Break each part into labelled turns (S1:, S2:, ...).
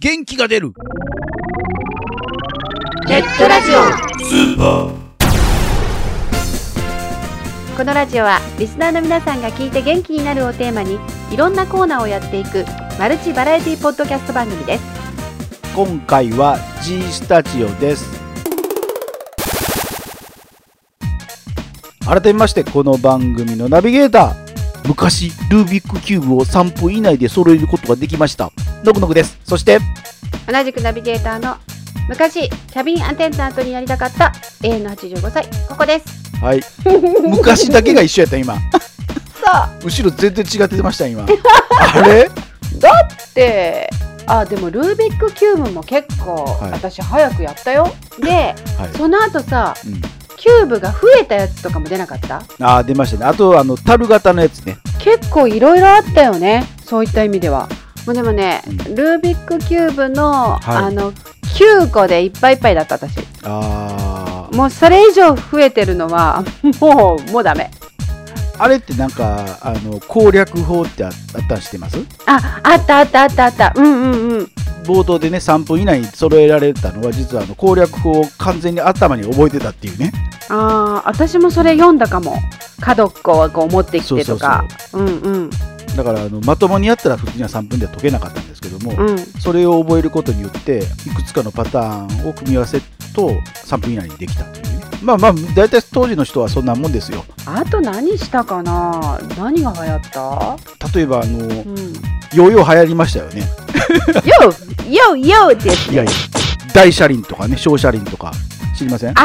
S1: 元気が出る
S2: ネットラジオこのラジオはリスナーの皆さんが聞いて元気になるをテーマにいろんなコーナーをやっていくマルチバラエティポッドキャスト番組です
S3: 今回は G スタジオです改めましてこの番組のナビゲーター昔ルービックキューブを3分以内で揃えることができましたノクノクですそして
S2: 同じくナビゲーターの昔キャビンアテンダントになりたかった永遠の85歳ここです
S3: はい 昔だけが一緒やった今
S2: さ
S3: 後ろ全然違ってました 今あれ
S2: あであでもルービックキューブも結構、
S3: はい
S2: 私早くやった よで
S3: はい
S2: その後さ、
S3: うん
S2: キューブが増えたやつとかも出なかった
S3: あー出ましたねあとあの樽型のやつね
S2: 結構いろいろあったよねそういった意味ではもうでもね、
S3: うん
S2: ルービックキューブの、
S3: い
S2: あの9個でいっぱいいっぱいだった私
S3: あー
S2: もうそれ以上増えてるのはもうもうダメ
S3: あれってなんかあの攻略法ってああったんしてます
S2: ああったあったあったあったうんうんうん
S3: 冒頭でね3分以内に揃えられたのは実はあの攻略法を完全に頭に覚えてたっていうね
S2: あー私もそれ読んだかも角っこをこう持ってきてとかうんうん
S3: だからあのまともにやったら普通には3分では解けなかったんですけども、
S2: うん
S3: それを覚えることによっていくつかのパターンを組み合わせると3分以内にできたというねまあまあ大体当時の人はそんなもんですよ
S2: あと何したかな何が流行った
S3: 例えばあの
S2: うん
S3: ヨーヨー流行りましたよね
S2: YO! YO! YO! ってやつ
S3: いやいや大車輪とかね小車輪とか知りません
S2: あ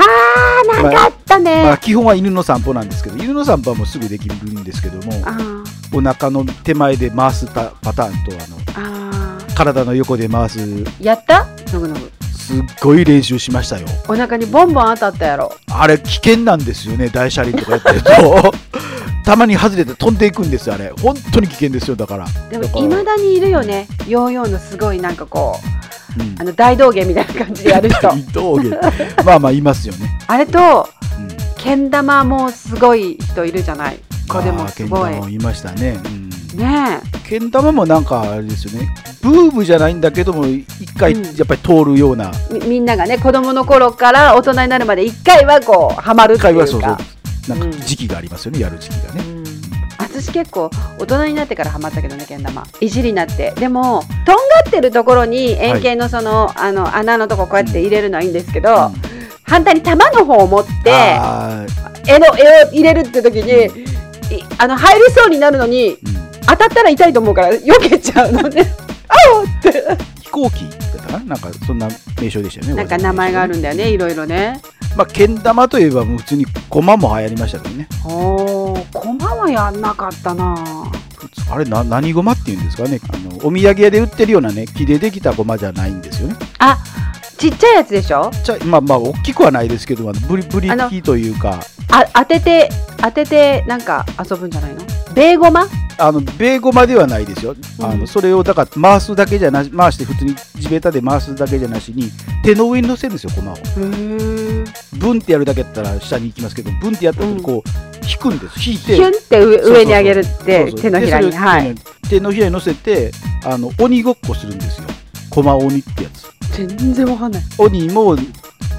S2: ーなんかあったね、
S3: まあ、基本は犬の散歩なんですけど犬の散歩はもうすぐできるんですけども
S2: あー
S3: お腹の手前で回すパパターンとあの
S2: あ
S3: 体の横で回す
S2: ーやったのぐのぐ
S3: すっごい練習しましたよ
S2: お腹にボンボン当たったやろ
S3: あれ危険なんですよね大車輪とかやってる とたまに外れて飛んでいくんですよあれ本当に危険ですよだから、
S2: で
S3: だか
S2: も
S3: ら
S2: いまだにいるよねヨーヨーのすごいなんかこう
S3: うん
S2: あの大道芸みたいな感じでや る人
S3: 大道芸まあまあいますよね、
S2: あれと
S3: うん、
S2: けん玉もすごい人いるじゃない子でもすご
S3: あーけん
S2: い
S3: 玉もいましたね、うん、
S2: ね
S3: けん玉もなんかあれですよねブームじゃないんだけども一回
S2: うん
S3: やっぱり通るような、
S2: えみみんながね子供の頃から大人になるまで一回はこうハマるっ
S3: 一
S2: て
S3: 回
S2: いうか
S3: はそうそうなんか
S2: うん
S3: 時期がありますよね、やる時期がね
S2: うん私結構大人になってからハマったけどねけん玉いじりになってでもとんがってるところに円形のその,、あの穴のとここうやって入れるのはいいんですけど、
S3: うん
S2: 反対に玉の方を持って
S3: あー
S2: 絵の絵を入れるって時にいあの入りそうになるのに
S3: うん
S2: 当たったら痛いと思うから避けちゃうのね
S3: 飛行機だったかななんかそんな名称でしたよね
S2: なんか名前があるんだよねいろいろね
S3: まあ、けん玉といえばもう普通に駒も流行りましたけどね
S2: おお駒はやんなかったな
S3: 普通あれな何駒っていうんですかねあのお土産屋で売ってるようなね木でできた駒じゃないんですよね
S2: あちっちゃいやつでしょ
S3: ちゃいまあまあ大きくはないですけどあのブリブリ
S2: あの
S3: 木というか
S2: あ当てて当ててなんか遊ぶんじゃないのベーゴマ
S3: あのベーゴマではないですよ、
S2: うん
S3: あのそれをだから回すだけじゃなし回して普通に地べたで回すだけじゃなしに手の上に乗せるんですよ駒を
S2: うん
S3: ブンってやるだけだったら下に行きますけどブンってやった時にこう、引くんです引い
S2: ヒ
S3: て
S2: ュンって上
S3: そうそうそう
S2: 上に上げるって
S3: そうそう
S2: 手のひらに
S3: でそれを
S2: はい
S3: 手のひらに乗せてあの鬼ごっこするんですよ駒鬼ってやつ
S2: 全然わかんない
S3: 鬼も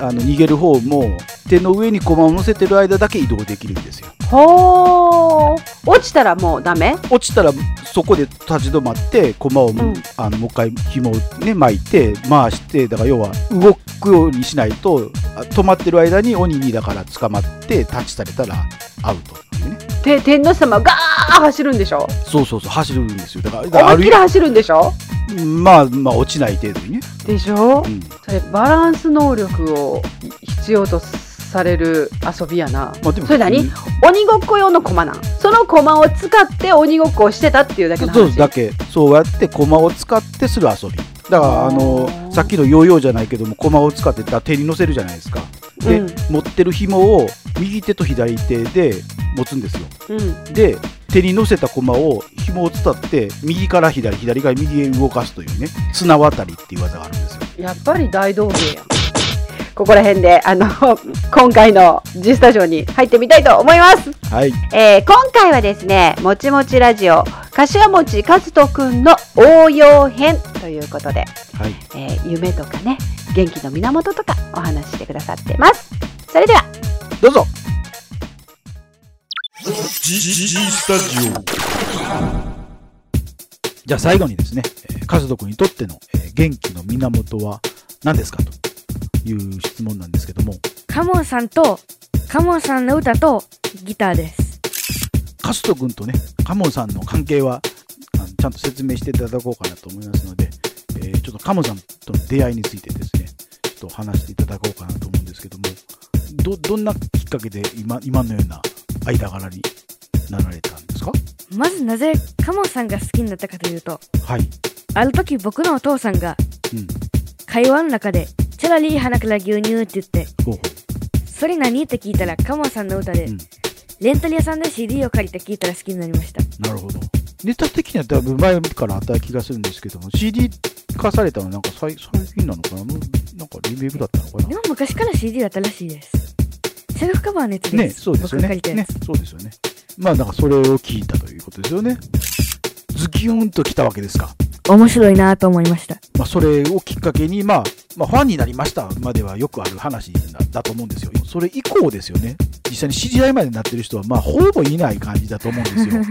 S3: あの逃げる方も手の上に駒を乗せてる間だけ移動できるんですよ
S2: ほー落ちたらもうダメ
S3: 落ちたらそこで立ち止まって駒を、
S2: ん
S3: あのもう一回紐をね巻いて回してだから要は動くようにしないとあ止まってる間に鬼にだから捕まってタッチされたらアウトっていうね
S2: て天皇様がー走るんでしょ
S3: そうそうそう走るんですよだからだから
S2: 思いっきり
S3: 歩
S2: 走るんでしょ
S3: いまあまあ落ちない程度にね、
S2: でしょ
S3: うん
S2: それバランス能力を必要とされる遊びやな
S3: まあ、でも
S2: それ何
S3: うん
S2: 鬼ごっこ用の駒なんその駒を使って鬼ごっこをしてたっていうだけの
S3: そう
S2: 話
S3: だけそうやって駒を使ってする遊びだから
S2: あー
S3: あのさっきのヨーヨーじゃないけども駒を使ってだから手に乗せるじゃないですかで、
S2: うん
S3: 持ってる紐を右手と左手で持つんですよ
S2: うん
S3: で手に乗せた駒を紐を伝って右から左左から右へ動かすというね綱渡りっていう技があるんですよ
S2: やっぱり大道芸やんここら辺であの今回の G スタジオに入ってみたいと思います
S3: はい
S2: えー今回はですねもちもちラジオ柏餅和人くんの応用編ということで、
S3: はい、
S2: えー夢とかね元気の源とかお話ししてくださってますそれでは
S3: どうぞ
S1: G, G, G Studio.
S3: じゃあ最後にですね、えー、和人君にとっての、えー元気の源は何ですかという質問なんですけども、
S4: カモンさんと、カモンさんの歌とギターです。
S3: カスト君とね、カモンさんの関係は、あのちゃんと説明していただこうかなと思いますので、えーちょっとカモンさんとの出会いについてですね、ちょっと話していただこうかなと思うんですけども、ど、どんなきっかけで今、今のような間柄になられたんですか
S4: まずなぜカモンさんが好きになったかというと、
S3: はい。
S4: ある時僕のお父さんが
S3: うん。
S4: 会話の中で、チャラリー鼻から牛乳って言って、
S3: ほうほ
S4: それ何って聞いたらカモンさんの歌で、
S3: う。うん。
S4: レンタル屋さんで CD を借りて聞いたら好きになりました。
S3: なるほど。ネタ的には多分前からあった気がするんですけども、CD 化されたのはなんか最最近なのかなもうなんかリメイクだったのかな
S4: でも昔から CD だったらしいです。セルフカバーのやつです。
S3: ね、そうですよね。
S4: 僕が借りたや
S3: ね
S4: つ。、
S3: そうですよね。まあ、だからそれを聞いたということですよね。ズキュンと来たわけですか。
S4: 面白いなと思いました。
S3: まあ、それをきっかけに、まあ、まあ、ファンになりましたまではよくある話だだと思うんですよ。それ以降ですよね。実際に知り合いまでになってる人は、まあ、ほぼいない感じだと思うんです よ。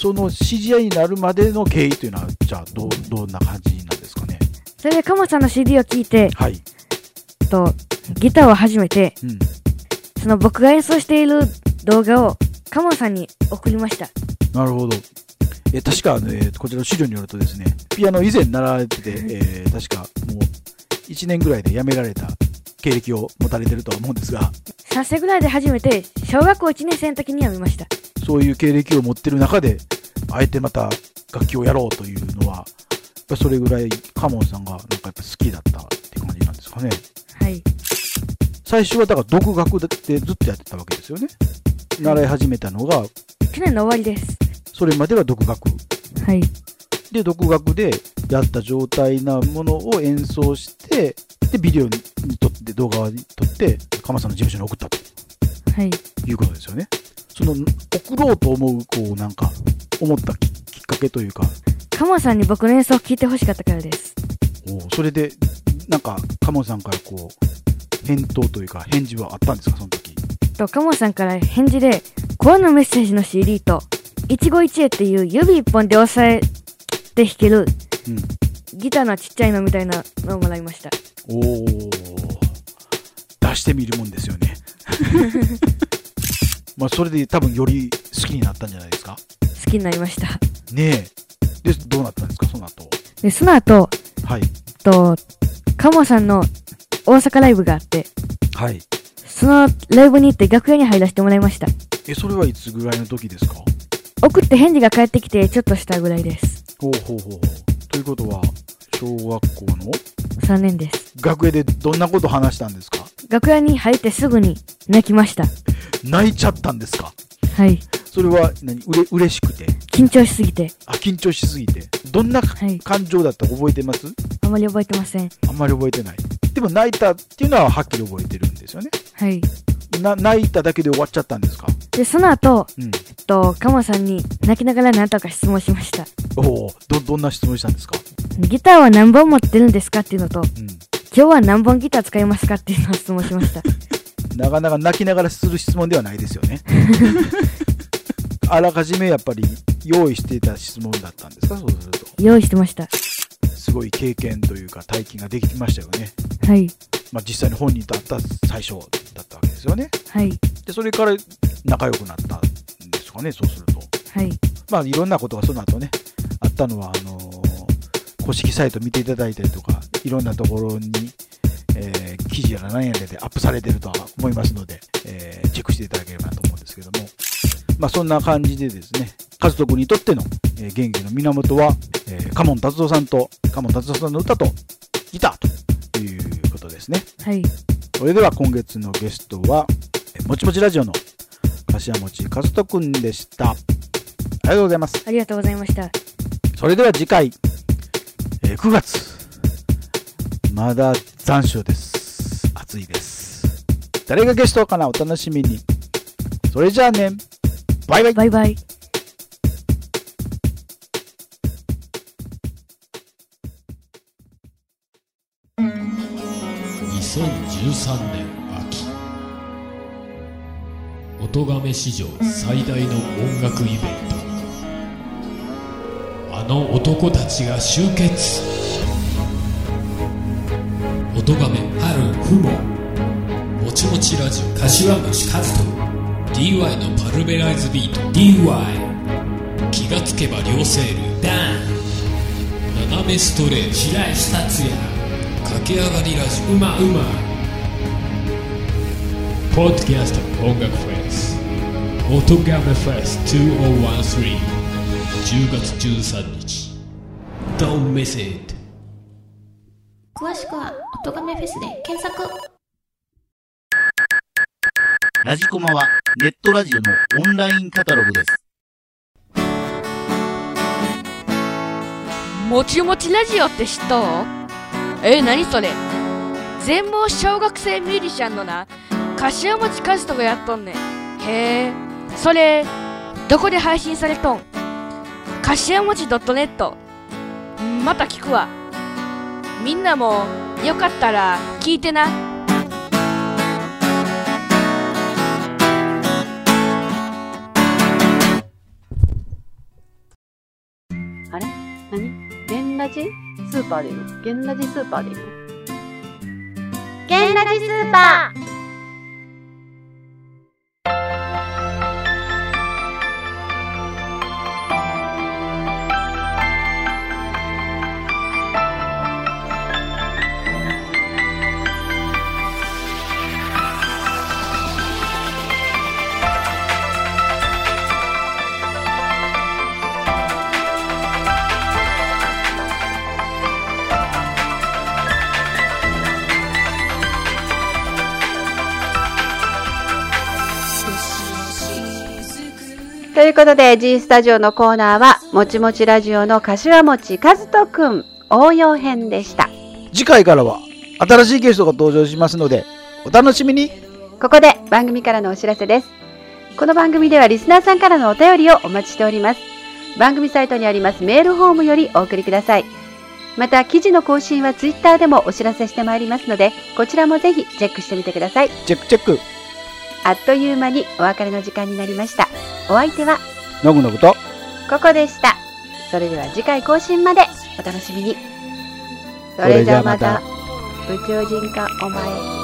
S3: その知り合いになるまでの経緯というのは、じゃあ、どう、どんな感じなんですかね。
S4: それでカモンさんの CD を聞いて、
S3: はい。
S4: と、ギターを始めて、
S3: うん。
S4: その僕が演奏している動画をカモンさんに送りました。
S3: なるほど。えー確か、ね、こちらの資料によるとですね、ピアノ以前習われてて、えー確かもう1年ぐらいで辞められた経歴を持たれてるとは思うんですが、
S4: 3歳ぐらいで初めて小学校1年生の時にやめました。
S3: そういう経歴を持ってる中で、あえてまた楽器をやろうというのは、やっぱそれぐらいカモンさんがなんかやっぱ好きだったって感じなんですかね。
S4: はい。
S3: 最初はだから独学でずっとやってたわけですよね。習い始めたのが、
S4: 去年の終わりです。
S3: それまでは独学
S4: はい。
S3: で独学でやった状態なものを演奏してでビデオに撮って動画に撮って鎌さんの事務所に送ったと
S4: はい。
S3: いうことですよねその送ろうと思うこうなんか思ったききっかけというか
S4: カモンさんに僕の演奏を聴いてほしかったからです。
S3: おうそれでなんか鴨さんからこう返答というか返事はあったんですかその時
S4: と、カモンさんから返事で、声のメッセージの CD と、一期一会っていう指一本で押さえて弾ける
S3: うん
S4: ギターのちっちゃいのみたいなのをもらいました。
S3: おお出してみるもんですよね まあそれで多分より好きになったんじゃないですか
S4: 好きになりました。
S3: ねえ。で、どうなったんですか、その後。
S4: で、その後、
S3: はい。
S4: と、カモンさんの大阪ライブがあって、
S3: はい。
S4: そのライブに行って楽屋に入らせてもらいました。
S3: え、それはいつぐらいの時ですか
S4: 送って返事が返ってきてちょっとしたぐらいです。
S3: ほうほうほうほう。ということは、小学校の
S4: 3年です。
S3: 学園でどんなこと話したんですか
S4: 楽屋に入ってすぐに泣きました。
S3: 泣いちゃったんですか
S4: はい。
S3: それは何、うれ、嬉しくて。
S4: 緊張しすぎて、
S3: あ、緊張しすぎて。どんなか
S4: はい
S3: 感情だったか覚えてます
S4: あまり覚えてません。
S3: あんまり覚えてない。でも泣いたっていうのははっきり覚えてるんですよね。
S4: はい。
S3: な、泣いただけで終わっちゃったんですか
S4: で、その後、
S3: うん。
S4: えっと、カモさんに泣きながら何とか質問しました。
S3: おお、ど、どんな質問したんですか
S4: ギターは何本持ってるんですかっていうのと、
S3: うん。
S4: 今日は何本ギター使いますかっていうのを質問しま した。
S3: なかなか泣きながらする質問ではないですよ ね。あらかじめやっぱり用意していた質問だったんですかそうすると。
S4: 用意してました。
S3: すごい経験というか体験ができましたよね。
S4: はい。
S3: まあ実際に本人と会った最初だったわけですよね。
S4: はい。
S3: で、それから仲良くなったんですかね、そうすると。
S4: はい。
S3: まあいろんなことがその後ね、あったのは、あのー公式サイト見ていただいたりとか、いろんなところに、えー記事やら何やらでアップされてるとは思いますので、えーチェックしていただければなと思うんですけども、まあそんな感じでですね、家族にとっての、えー元気の源は、えー、カモン達夫さんと、カモン達夫さんの歌と、ギターということですね。
S4: はい。
S3: それでは今月のゲストは、えーもちもちラジオの柏餅和人くんでした。ありがとうございます。
S4: ありがとうございました。
S3: それでは次回、えー9月まだ残暑です暑いです誰がゲストかなお楽しみにそれじゃあねバイバイ
S4: バイバイ。
S5: 2013年秋音亀史上最大の音楽イベントあの男たちが集結音亀春ふももちもちラジオ柏虫和人 DY のパルベライズビート DY 気がつけば両セールダン斜めストレート白石達也駆け上がりラジオうまうまポッドキャスト音楽フェス音ガメフェス2013 10月13日 Don't miss it
S6: 詳しくは、おとがめフェスで検索
S7: ラジコマはネットラジオのオンラインカタログです。
S4: もちもちラジオって知っとうえ、何それ全盲小学生ミュージシャンのな、柏餅和人がやっとんねん。へえ、それ、どこで配信されとん柏餅 .net。また聞くわ。みんなも、よかったら聞いてな。
S2: あれ何ゲンラジスーパーでいいのゲンラジスーパーでいいの
S6: ゲンラジスーパー
S2: ということで G スタジオのコーナーはもちもちラジオの柏餅和人くん応用編でした
S3: 次回からは新しいゲストが登場しますのでお楽しみに
S2: ここで番組からのお知らせです。この番組ではリスナーさんからのお便りをお待ちしております。番組サイトにありますメールフォームよりお送りください。また、記事の更新はツイッターでもお知らせしてまいりますので、こちらもぜひチェックしてみてください。
S3: チェックチェック
S2: あっという間にお別れの時間になりました。お相手は
S3: のぐのぐと
S2: ここでした。それでは次回更新までお楽しみに。それじゃあまた、宇宙人かお前。